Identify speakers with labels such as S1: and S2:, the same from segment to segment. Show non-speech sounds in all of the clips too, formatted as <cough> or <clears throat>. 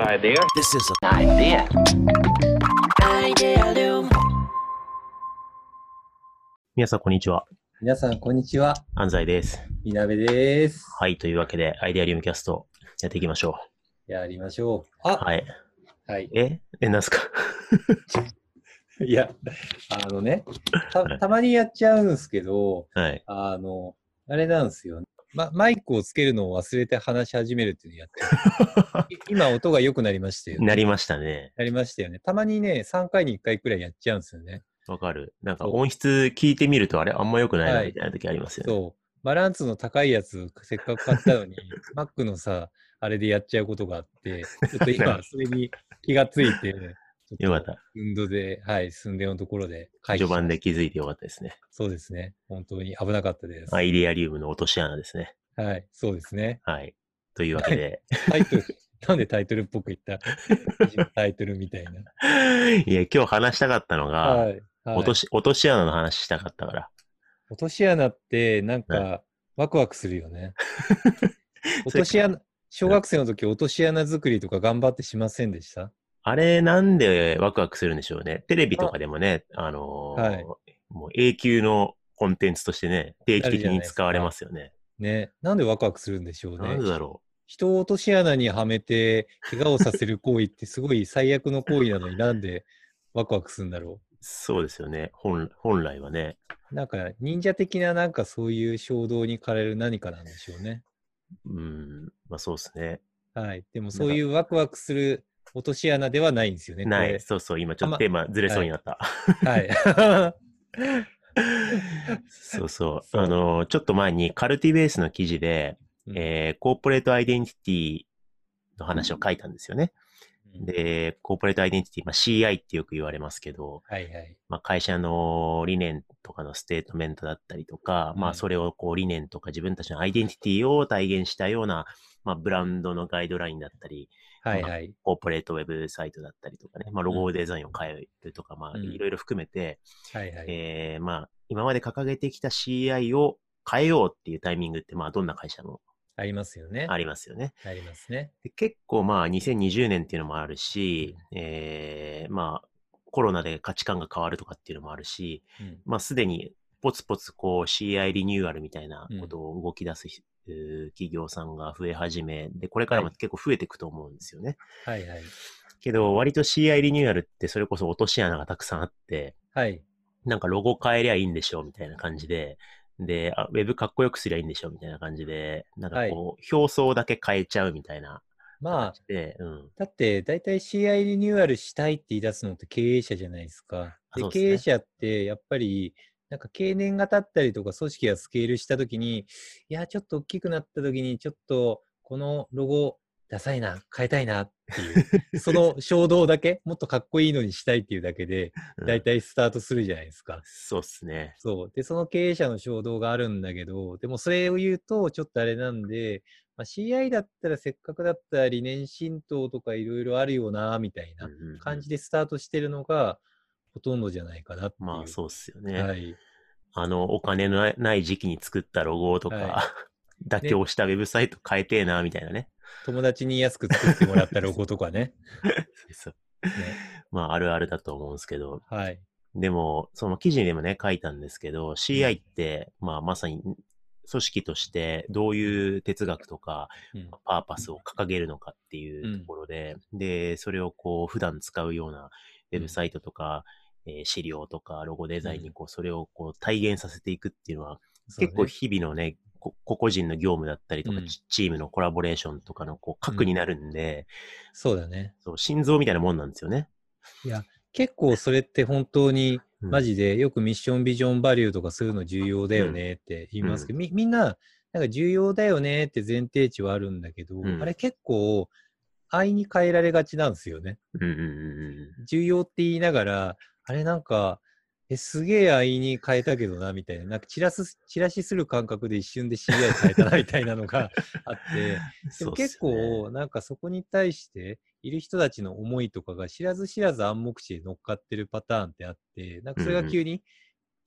S1: idea.
S2: This is a
S1: Idea.
S2: 皆さん、こんにちは。
S3: 皆さん、こんにちは。
S2: 安西です。
S3: みなべです。
S2: はい。というわけで、アイデアリウムキャスト、やっていきましょ
S3: やりましょう。
S2: う。
S3: あ、
S2: はい。
S3: はい。
S2: ええ、なんすか
S3: <laughs> いや、あのね、たたまにやっちゃうんですけど、
S2: はい。
S3: あの、あれなんですよ、ねま。マイクをつけるのを忘れて話し始めるっていうの
S2: <laughs>
S3: やってるい今、音が良くなりましたよね。
S2: なりましたね。
S3: なりましたよね。たまにね、3回に1回くらいやっちゃうんですよね。
S2: わかる。なんか
S3: そう
S2: 音質聞いてみると、あれ、あんま良くないな、
S3: はい
S2: みたいな時ありますよね。
S3: そう。バランスの高いやつ、せっかく買ったのに、
S2: <laughs>
S3: Mac のさ、あれでやっちゃうことがあって、ちょっと今、それに気がついて、
S2: よかった。
S3: 運動で、はい、寸でのところで回避
S2: 序盤で気づいてよかったですね。
S3: そうですね。本当に危なかったです。
S2: ア
S3: はい。
S2: イデアリウムの落とし穴ですね。
S3: そうですね。
S2: はい。というわけで、
S3: タイトル、 <laughs> なんでタイトルっぽく言ったタイトル
S2: <laughs>
S3: みたいな。
S2: いや、今日話したかったのが、
S3: はい。はい
S2: 落とし、落とし穴の話したかったから。
S3: 落とし穴って、なんか、ワクワクするよ
S2: <laughs>
S3: ね。落とし穴、小学生の時、落とし穴作りとか頑張ってしませんでした
S2: あれ、なんでワクワクするんでしょうね。テレビとかでもね、あのー
S3: はい
S2: もう永久のコンテンツとしてね、定期的に使われますよね。
S3: ね。なんでワクワクするんでしょう
S2: な
S3: ね
S2: ん。でだろ
S3: 人を落とし穴にはめて、怪我をさせる行為ってすごい最悪の行為なのになんでワクワクするんだろう。
S2: う。そうですよね。本本来はね。
S3: なんか忍者的ななんかそういう衝動に駆られる何かなんでしょうね。
S2: うん。まあそうですね。
S3: はい。でもそういうワクワクする落とし穴ではないんですよね。こ
S2: な
S3: れ
S2: い。そうそう。今ちょっ
S3: あ
S2: と
S3: ま
S2: テーマずれそうになった。
S3: はい。
S2: <laughs>
S3: <laughs>
S2: そうそう。
S3: そう
S2: あのーちょっと前にカルティベースの記事で、
S3: うん
S2: えーコーポレートアイデンティティの話を書いたんですよね。で、コーポレートアイデンティティ、まあ、CI ってよく言われますけど、
S3: はいはい。
S2: まあ、会社の理念とかのステートメントだったりとか、ま
S3: う
S2: あ
S3: ん
S2: それをこう理念とか自分たちのアイデンティティを体現したような、まあ、ブランドのガイドラインだったり、
S3: はいはい。
S2: コーポレートウェブサイトだったりとかね、まあ、ロゴデザインを変えるとか、まあ
S3: うん
S2: いろいろ含めて、
S3: はいはい。
S2: えーまあ今まで掲げてきた CI を変えようっていうタイミングって、まあどんな会社も
S3: ありますよね。
S2: ありますよね。
S3: ありますね。
S2: で結構まあ2020年っていうのもあるし、えーまあコロナで価値観が変わるとかっていうのもあるし、
S3: うん
S2: まあ、すでにポツポツこう CI リニューアルみたいなことを動き出す、えー企業さんが増え始め、で、これからも結構増えていくと思うんですよね。
S3: はいはい。
S2: けど、割と CI リニューアルってそれこそ落とし穴がたくさんあって、
S3: はい。
S2: なんかロゴ変えりゃいいんでしょみたいな感じで、で、あウェブかっこよくすりゃいいんでしょみたいな感じで、なんかこう、表層だけ変えちゃうみたいな
S3: まあ、
S2: で、うん。
S3: だって大体 CI リニューアルしたいって言い出すのって経営者じゃないですか。で
S2: そうですね
S3: 経営者ってやっぱりなんか経年が経ったりとか組織がスケールした時にいやちょっと大きくなった時にちょっとこのロゴダサいな変えたいなっていうその衝動だけもっとかっこいいのにしたいっていうだけで
S2: <laughs> うん
S3: 大体スタートするじゃないですか。
S2: そうっすね。
S3: そう。で、その経営者の衝動があるんだけど、でもそれを言うとちょっとあれなんで、まあ、CI だったらせっかくだったら理念浸透とかいろいろあるよな、みたいな
S2: うんうん
S3: 感じでスタートしてるのがほとんどじゃないかなっていう。
S2: まあ、そうっすよね。
S3: はい。
S2: あの、お金のない時期に作ったロゴとか、
S3: は
S2: <laughs> 妥協したウェブサイト変えてえな、みたいなね。
S3: 友達に安く作ってもらったロゴと
S2: <laughs>
S3: かね。
S2: そうまあ、あるあるだと思うんですけど、
S3: はい。
S2: でも、その記事にもね、書いたんですけど、CI って、まあ、まさに、組織としてどういう哲学とか
S3: うん
S2: パーパスを掲げるのかっていうところで、で、それをこう普段使うようなウェブサイトとか、えー資料とかロゴデザインにこうそれをこう体現させていくっていうのは結構
S3: そうね
S2: 日々のね、こ個々人の業務だったりとか、
S3: うん
S2: チチームのコラボレーションとかのこう核になるんで、
S3: そうだね。
S2: そう心臓みたいなもんなんですよね。
S3: 結構それって本当に
S2: うん
S3: マジでよくミッションビジョンバリューとかそういうの重要だよねって言いますけど、みみんななんか重要だよねって前提値はあるんだけど、
S2: うん
S3: あれ結構愛に変えられがちなんですよね。
S2: うんうんうん
S3: 重要って言いながらあれなんかえすげえ愛に変えたけどなみたいななんかチラスチラシする感覚で一瞬で CI 変えたなみたいなのがあって
S2: うん。
S3: で
S2: そう
S3: も
S2: っす
S3: 結
S2: よね
S3: 構なんかそこに対している人たちの思いとかが知らず知らず暗黙知で乗っかってるパターンってあってなんかそれが急に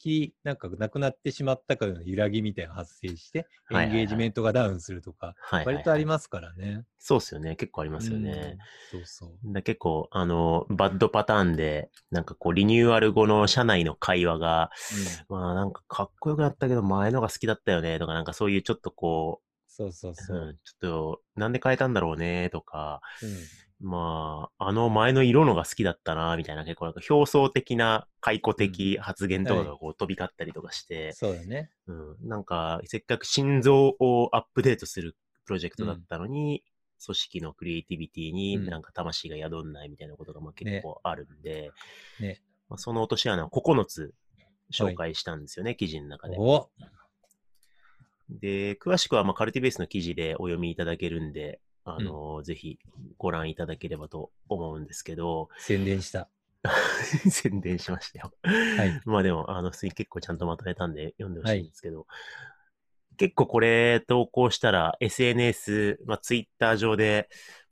S3: きりなんかなくなってしまったからの揺らぎみたいなのが発生して、
S2: はいはい
S3: エ
S2: は
S3: ン
S2: い
S3: ゲージメントがダウンするとか、
S2: はいはい、
S3: 割とありますからね。
S2: そうっすよね。結構ありますよね。
S3: うん。そうそう。
S2: だ結構、あの、バッドパターンで、なんかこう、リニューアル後の社内の会話が、 <laughs> まあなんかかっこよくなったけど、前のが好きだったよね、とか、なんかそういうちょっとこ
S3: そうそう
S2: う、
S3: そうう。
S2: ん、ちょっと、なんで変えたんだろうね、とか、
S3: うん
S2: まあ、あの前の色のが好きだったな、みたいな、結構なんか表層的な解雇的発言とかがこう飛び交ったりとかして、
S3: そうだね。
S2: うん、なんか、せっかく心臓をアップデートするプロジェクトだったのに、組織のクリエイティビティに
S3: うん
S2: なんか魂が宿んないみたいなことがまあ
S3: ね
S2: 結構あるんで、
S3: ね
S2: まあ、その落とし穴を9つ紹介したんですよね、記事の中で。
S3: お
S2: で、詳しくはまあカルティベースの記事でお読みいただけるんで、あのぜひご覧いただければと思うんですけど、
S3: 宣伝した。
S2: <laughs> 宣伝しましたよ。
S3: はい。
S2: まあでも、あの、普通に結構ちゃんとまとめたんで読んでほしいんですけど、結構これ投稿したら SNS、まあツイッター上で、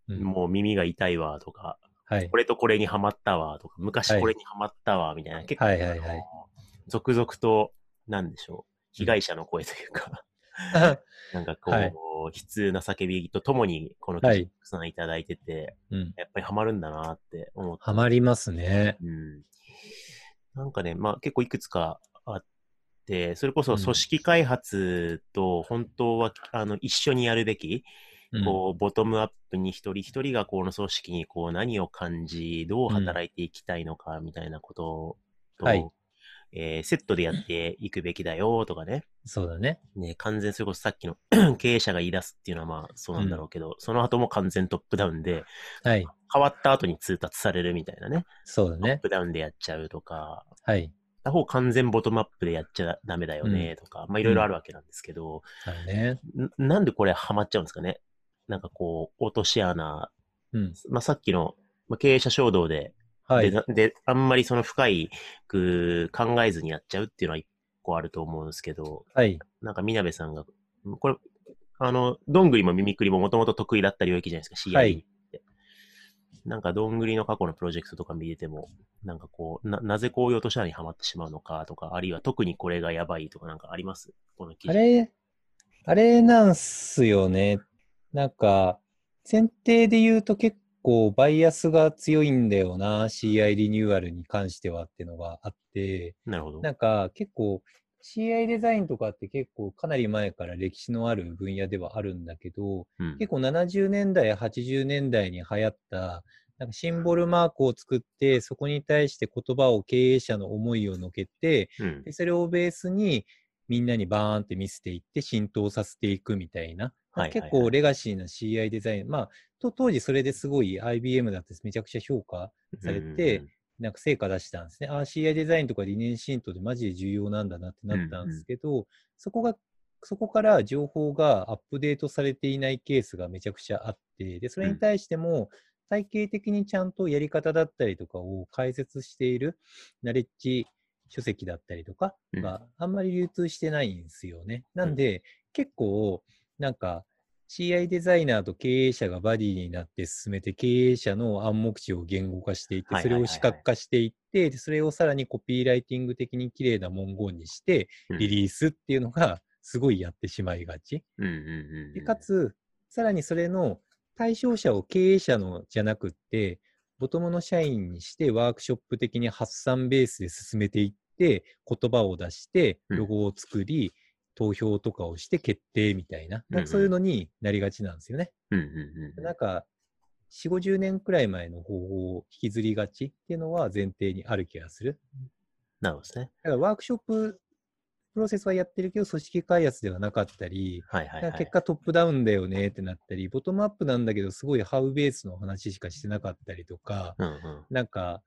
S3: うん
S2: もう耳が痛いわとか、
S3: はい
S2: こ。れとこれにハマったわとか、昔
S3: はい
S2: これにハマったわみたいな、結構、
S3: はいはいはい
S2: あの続々と、なんでしょう、被害者の声というか、 <laughs> なんかこう、
S3: はい
S2: 悲痛な叫びとともに、この記
S3: は
S2: 事
S3: い
S2: たくさんいただいてて、
S3: うん。
S2: やっぱりハマるんだなって思って
S3: <laughs> ハマりますね。
S2: うんなんかね、まあ結構いくつかあって、それこそ
S3: うん
S2: 組織開発と本当は、あの一緒にやるべき、
S3: うん
S2: こうボトムアップに一人一人がこの組織にこう何を感じ、どう働いていきたいのかみたいなことと、
S3: はい
S2: えーセットでやっていくべきだよとかね、
S3: そうだね。
S2: ね完全それこそさっきの <clears throat> 経営者が言い出すっていうのはまあそうなんだろうけど、その後も完全トップダウンで、
S3: はい。
S2: 変わった後に通達されるみたいなね、
S3: そうだ
S2: トッ
S3: ね。
S2: プダウンでやっちゃうとか、
S3: はい。
S2: 他方完全ボトムアップでやっちゃダメだよねとか、まあいろいろあるわけなんですけど、
S3: だね。
S2: んなんでこれハマっちゃうんですかねなんかこう、落とし穴、
S3: うん。
S2: まあさっきのまあ経営者衝動で、
S3: は
S2: で
S3: い。
S2: なで、あんまりその深いく考えずにやっちゃうっていうのは一個あると思うんですけど、
S3: はい。
S2: なんかみなべさんが、これ、あの、どんぐりも耳くりももともと得意だった領域じゃないですか、CI って。
S3: はい
S2: なんかどんぐりの過去のプロジェクトとか見てても、なんかこう、ななぜこういう落とし穴にはまってしまうのかとか、あるいは特にこれがやばいとかなんかありますこの記
S3: あ
S2: 事。
S3: れ、あれなんすよね。なんか、前提で言うと結構バイアスが強いんだよな、CI リニューアルに関してはっていうのがあって、
S2: なるほど。
S3: なんか結構 CI デザインとかって結構かなり前から歴史のある分野ではあるんだけど、
S2: うん
S3: 結構70年代、80年代に流行った、なんかシンボルマークを作って、そこに対して言葉を経営者の思いを乗っけて、
S2: うん
S3: で、それをベースにみんなにバーンって見せていって浸透させていくみたいな。
S2: はいはいはい
S3: 結構レガシーな CI デザイン。まあ、と当時それですごい IBM だってめちゃくちゃ評価されて、なんか成果出したんですね。ああ、CI デザインとか理念浸透でマジで重要なんだなってなったんですけど、そこが、そこから情報がアップデートされていないケースがめちゃくちゃあって、で、それに対しても、体系的にちゃんとやり方だったりとかを解説しているナレッジ書籍だったりとか
S2: うん
S3: があんまり流通してないんですよね。なんで、結構、なんか、CI デザイナーと経営者がバディになって進めて、経営者の暗黙知を言語化していって、
S2: はい
S3: そ
S2: はいは
S3: れ
S2: いは
S3: を
S2: い
S3: 視覚化していって、でそれをさらにコピーライティング的に綺麗な文言にして、
S2: うん
S3: リリースっていうのが、すごいやってしまいがち。
S2: うんうんう
S3: で
S2: ん。
S3: かつ、さらにそれの対象者を経営者のじゃなくって、ボトムの社員にしてワークショップ的に発散ベースで進めていって、言葉を出して、
S2: うん
S3: ロゴを作り、投票とかをして決定みたいな、
S2: うんうん
S3: そういうのになりがちなんですよね。
S2: うんうんうん。
S3: なんか、4、50年くらい前の方法を引きずりがちっていうのは前提にある気がする。
S2: なるほどですね。
S3: だからワークショッププロセスはやってるけど、組織開発ではなかったり、
S2: はいはい、
S3: だ
S2: は
S3: から
S2: い。
S3: 結果トップダウンだよねってなったり、ボトムアップなんだけど、すごいハウベースの話しかしてなかったりとか、
S2: うんうん。
S3: なんか、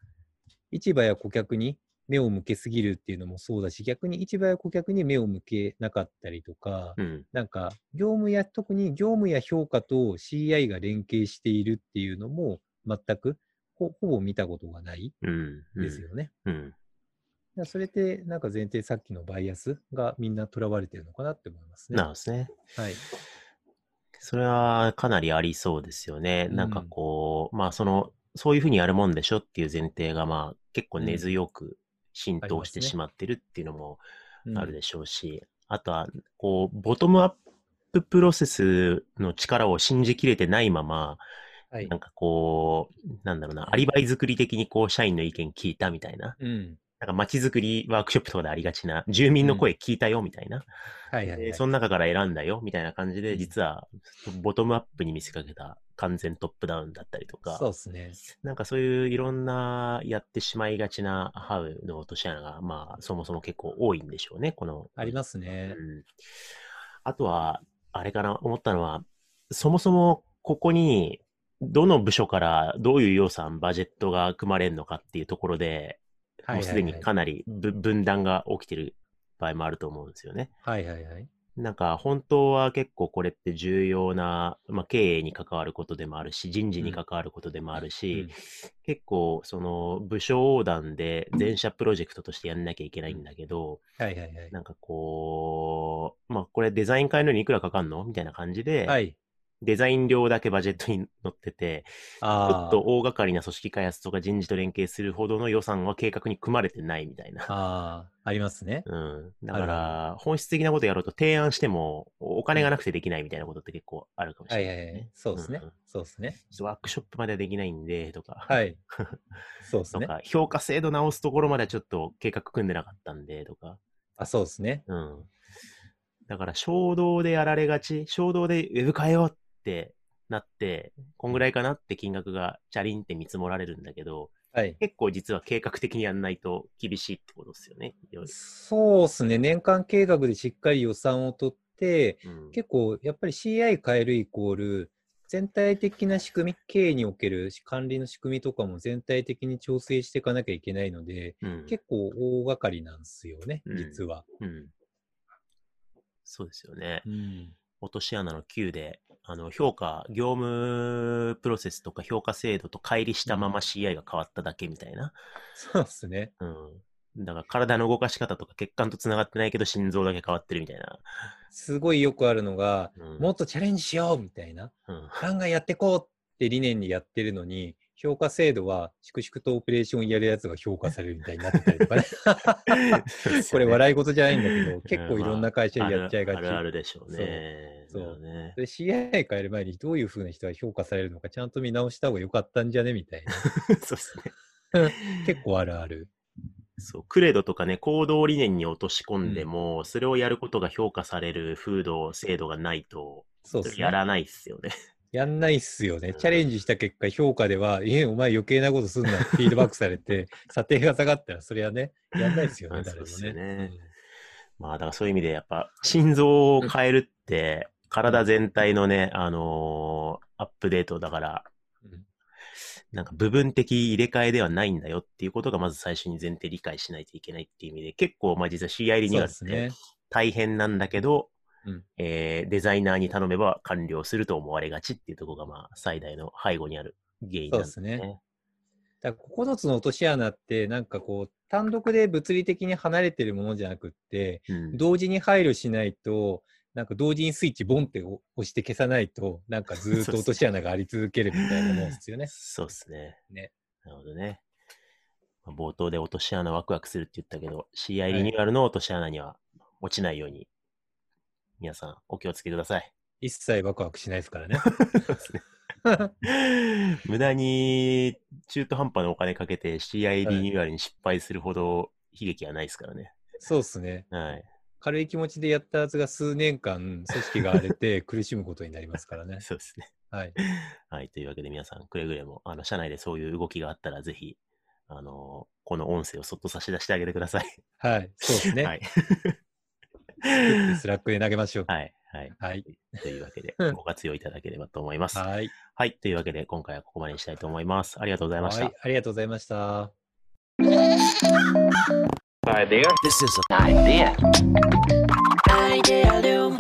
S3: 市場や顧客に目を向けすぎるっていうのもそうだし、逆に市場や顧客に目を向けなかったりとか、
S2: うん
S3: なんか、業務や、特に業務や評価と CI が連携しているっていうのも、全くほ、ほぼ見たことがない
S2: うんうん。
S3: ですよね。
S2: うん。
S3: だからそれって、なんか前提さっきのバイアスがみんな囚われてるのかなって思いますね。
S2: なるほどですね。
S3: はい。
S2: それはかなりありそうですよね。
S3: うん
S2: なんかこう、まあその、そういうふうにやるもんでしょっていう前提がまあ結構根強く浸透して
S3: ありますね
S2: しまってるっていうのも
S3: うん
S2: あるでしょうし、あとは、こう、ボトムアッププロセスの力を信じきれてないまま、
S3: はい
S2: なんかこう、なんだろうな、アリバイ作り的にこう、社員の意見聞いたみたいな、
S3: うん。
S2: なんか街づくりワークショップとかでありがちな、住民の声聞いたよみたいな、
S3: はいはい、は
S2: で
S3: い。
S2: その中から選んだよみたいな感じで、実は、ボトムアップに見せかけた完全トップダウンだったりとか、
S3: そうですね。
S2: なんかそういういろんなやってしまいがちなハウの落とし穴が、まあそもそも結構多いんでしょうね、この。
S3: ありますね。
S2: うんあとは、あれかな、思ったのは、そもそもここに、どの部署からどういう予算、バジェットが組まれるのかっていうところで、
S3: はいはいはい
S2: もうすでにかなりぶ分断が起きてる場合もあると思うんですよね。
S3: はいはいはい。
S2: なんか本当は結構これって重要な、まあ、経営に関わることでもあるし、人事に関わることでもあるし、
S3: うん
S2: 結構その部署横断で全社プロジェクトとしてやんなきゃいけないんだけど、
S3: はいはいはい。
S2: なんかこう、まあこれデザイン会のようにいくらかかんのみたいな感じで、
S3: はい。
S2: デザイン料だけバジェットに乗ってて、ちょ
S3: あ
S2: っ
S3: あ。
S2: と大掛かりな組織開発とか人事と連携するほどの予算は計画に組まれてないみたいな。
S3: ああ、ありますね。
S2: うん。だか
S3: あ
S2: ら、本質的なことやろうと提案しても、お金がなくてできないみたいなことって結構あるかもし
S3: はい
S2: れ
S3: は
S2: ないい、
S3: はい。そうですね
S2: うんうん。
S3: そうですね。
S2: ちょっとワークショップまではできないんで、とか。 <laughs>
S3: はい。そうです
S2: と
S3: ね。
S2: か、評価制度直すところまではちょっと計画組んでなかったんで、とか。
S3: あ、そうですね。
S2: うん。だから、衝動でやられがち、衝動でウェブ変えようってなって、こんぐらいかなって金額がチャリンって見積もられるんだけど、
S3: はい。
S2: 結構実は計画的にやんないと厳しいってことですよね。いろいろ
S3: そうですね。年間計画でしっかり予算を取って、
S2: うん
S3: 結構やっぱり CI 変えるイコール全体的な仕組み経営における管理の仕組みとかも全体的に調整していかなきゃいけないので
S2: うん
S3: 結構大掛かりなんですよね、
S2: うん
S3: 実は、
S2: うん。そうですよね。
S3: うん
S2: 落とし穴の9で、あの、評価、業務プロセスとか評価制度と乖離したまま CI が変わっただけみたいな。
S3: そうですね
S2: うん。だから体の動かし方とか血管と繋がってないけど心臓だけ変わってるみたいな。
S3: すごいよくあるのが
S2: うん。
S3: もっとチャレンジしようみたいな
S2: うん、
S3: ガンガンやってこうって理念にやってるのに評価制度は粛々とオペレーションやるやつが評価されるみたいになってたり
S2: <laughs>
S3: とかね <laughs> これ笑い事じゃないんだけど結構いろんな会社でやっちゃいがち、
S2: あるあるあるでしょうね。
S3: そうそう
S2: だよね。 <laughs>
S3: で CI 変える前にどういうふうな人が評価されるのかちゃんと見直した方が良かったんじゃねみたいな
S2: そうですね。
S3: 結構あるある
S2: そう、クレドとかね、行動理念に落とし込んでも、それをやることが評価される風土、制度がないと、
S3: そうっすね
S2: やらないっすよね。
S3: やんないっすよねチャレンジした結果評価では「えお前余計なことすんな」フィードバックされて
S2: <laughs>
S3: 査定が下がったらそれはねやんないっすよね
S2: うん
S3: 誰も
S2: そうっすよね
S3: ね
S2: まあ、だからそういう意味で、やっぱ、心臓を変えるって、体全体のね、あのーアップデートだから、
S3: うんうん
S2: なんか部分的入れ替えではないんだよっていうことがまず最初に前提理解しないといけないっていう意味で、結構まあ実は CI リニューア
S3: そうで
S2: ルっ
S3: す
S2: て
S3: ね
S2: 大変なんだけど、
S3: うん
S2: えーデザイナーに頼めば完了すると思われがちっていうところがまあ最大の背後にある原因なんです
S3: そう
S2: ね。
S3: ですだから9つの落とし穴ってなんかこう単独で物理的に離れてるものじゃなくって
S2: うん
S3: 同時に配慮しないと、なんか同時にスイッチボンって押して消さないと、なん
S2: <laughs>
S3: かずーっと落とし穴があり続けるみたいなもんですよね。
S2: そうですね。
S3: ね
S2: なるほどね。まあ冒頭で落とし穴ワクワクするって言ったけど、CI リニューアルの落とし穴には落ちないように、皆さんお気をつけください。 <laughs>
S3: 一切ワクワクしないですからね。
S2: 無駄に中途半端なお金かけて CI リニューアルに失敗するほど悲劇はないですからね。
S3: そうですね。
S2: はい。
S3: 軽い気持ちでやったはずが数年間組織が荒れ
S2: <laughs>
S3: て苦しむことになりますからね。
S2: そうですね。
S3: はい。
S2: はい。というわけで皆さん、くれぐれも、あの、社内でそういう動きがあったら、ぜひ、あのこの音声をそっと差し出してあげてください。
S3: はい。そうですね。 <laughs>
S2: はい。
S3: スラックで投げましょう。
S2: はい。はい。
S3: はい。
S2: というわけで
S3: う、ん
S2: ご活用いただければと思います。
S3: はい。
S2: はい。というわけで、今回はここまでにしたいと思います。ありがとうございました
S3: はい。。ありがとうございました。
S1: Idea Loom.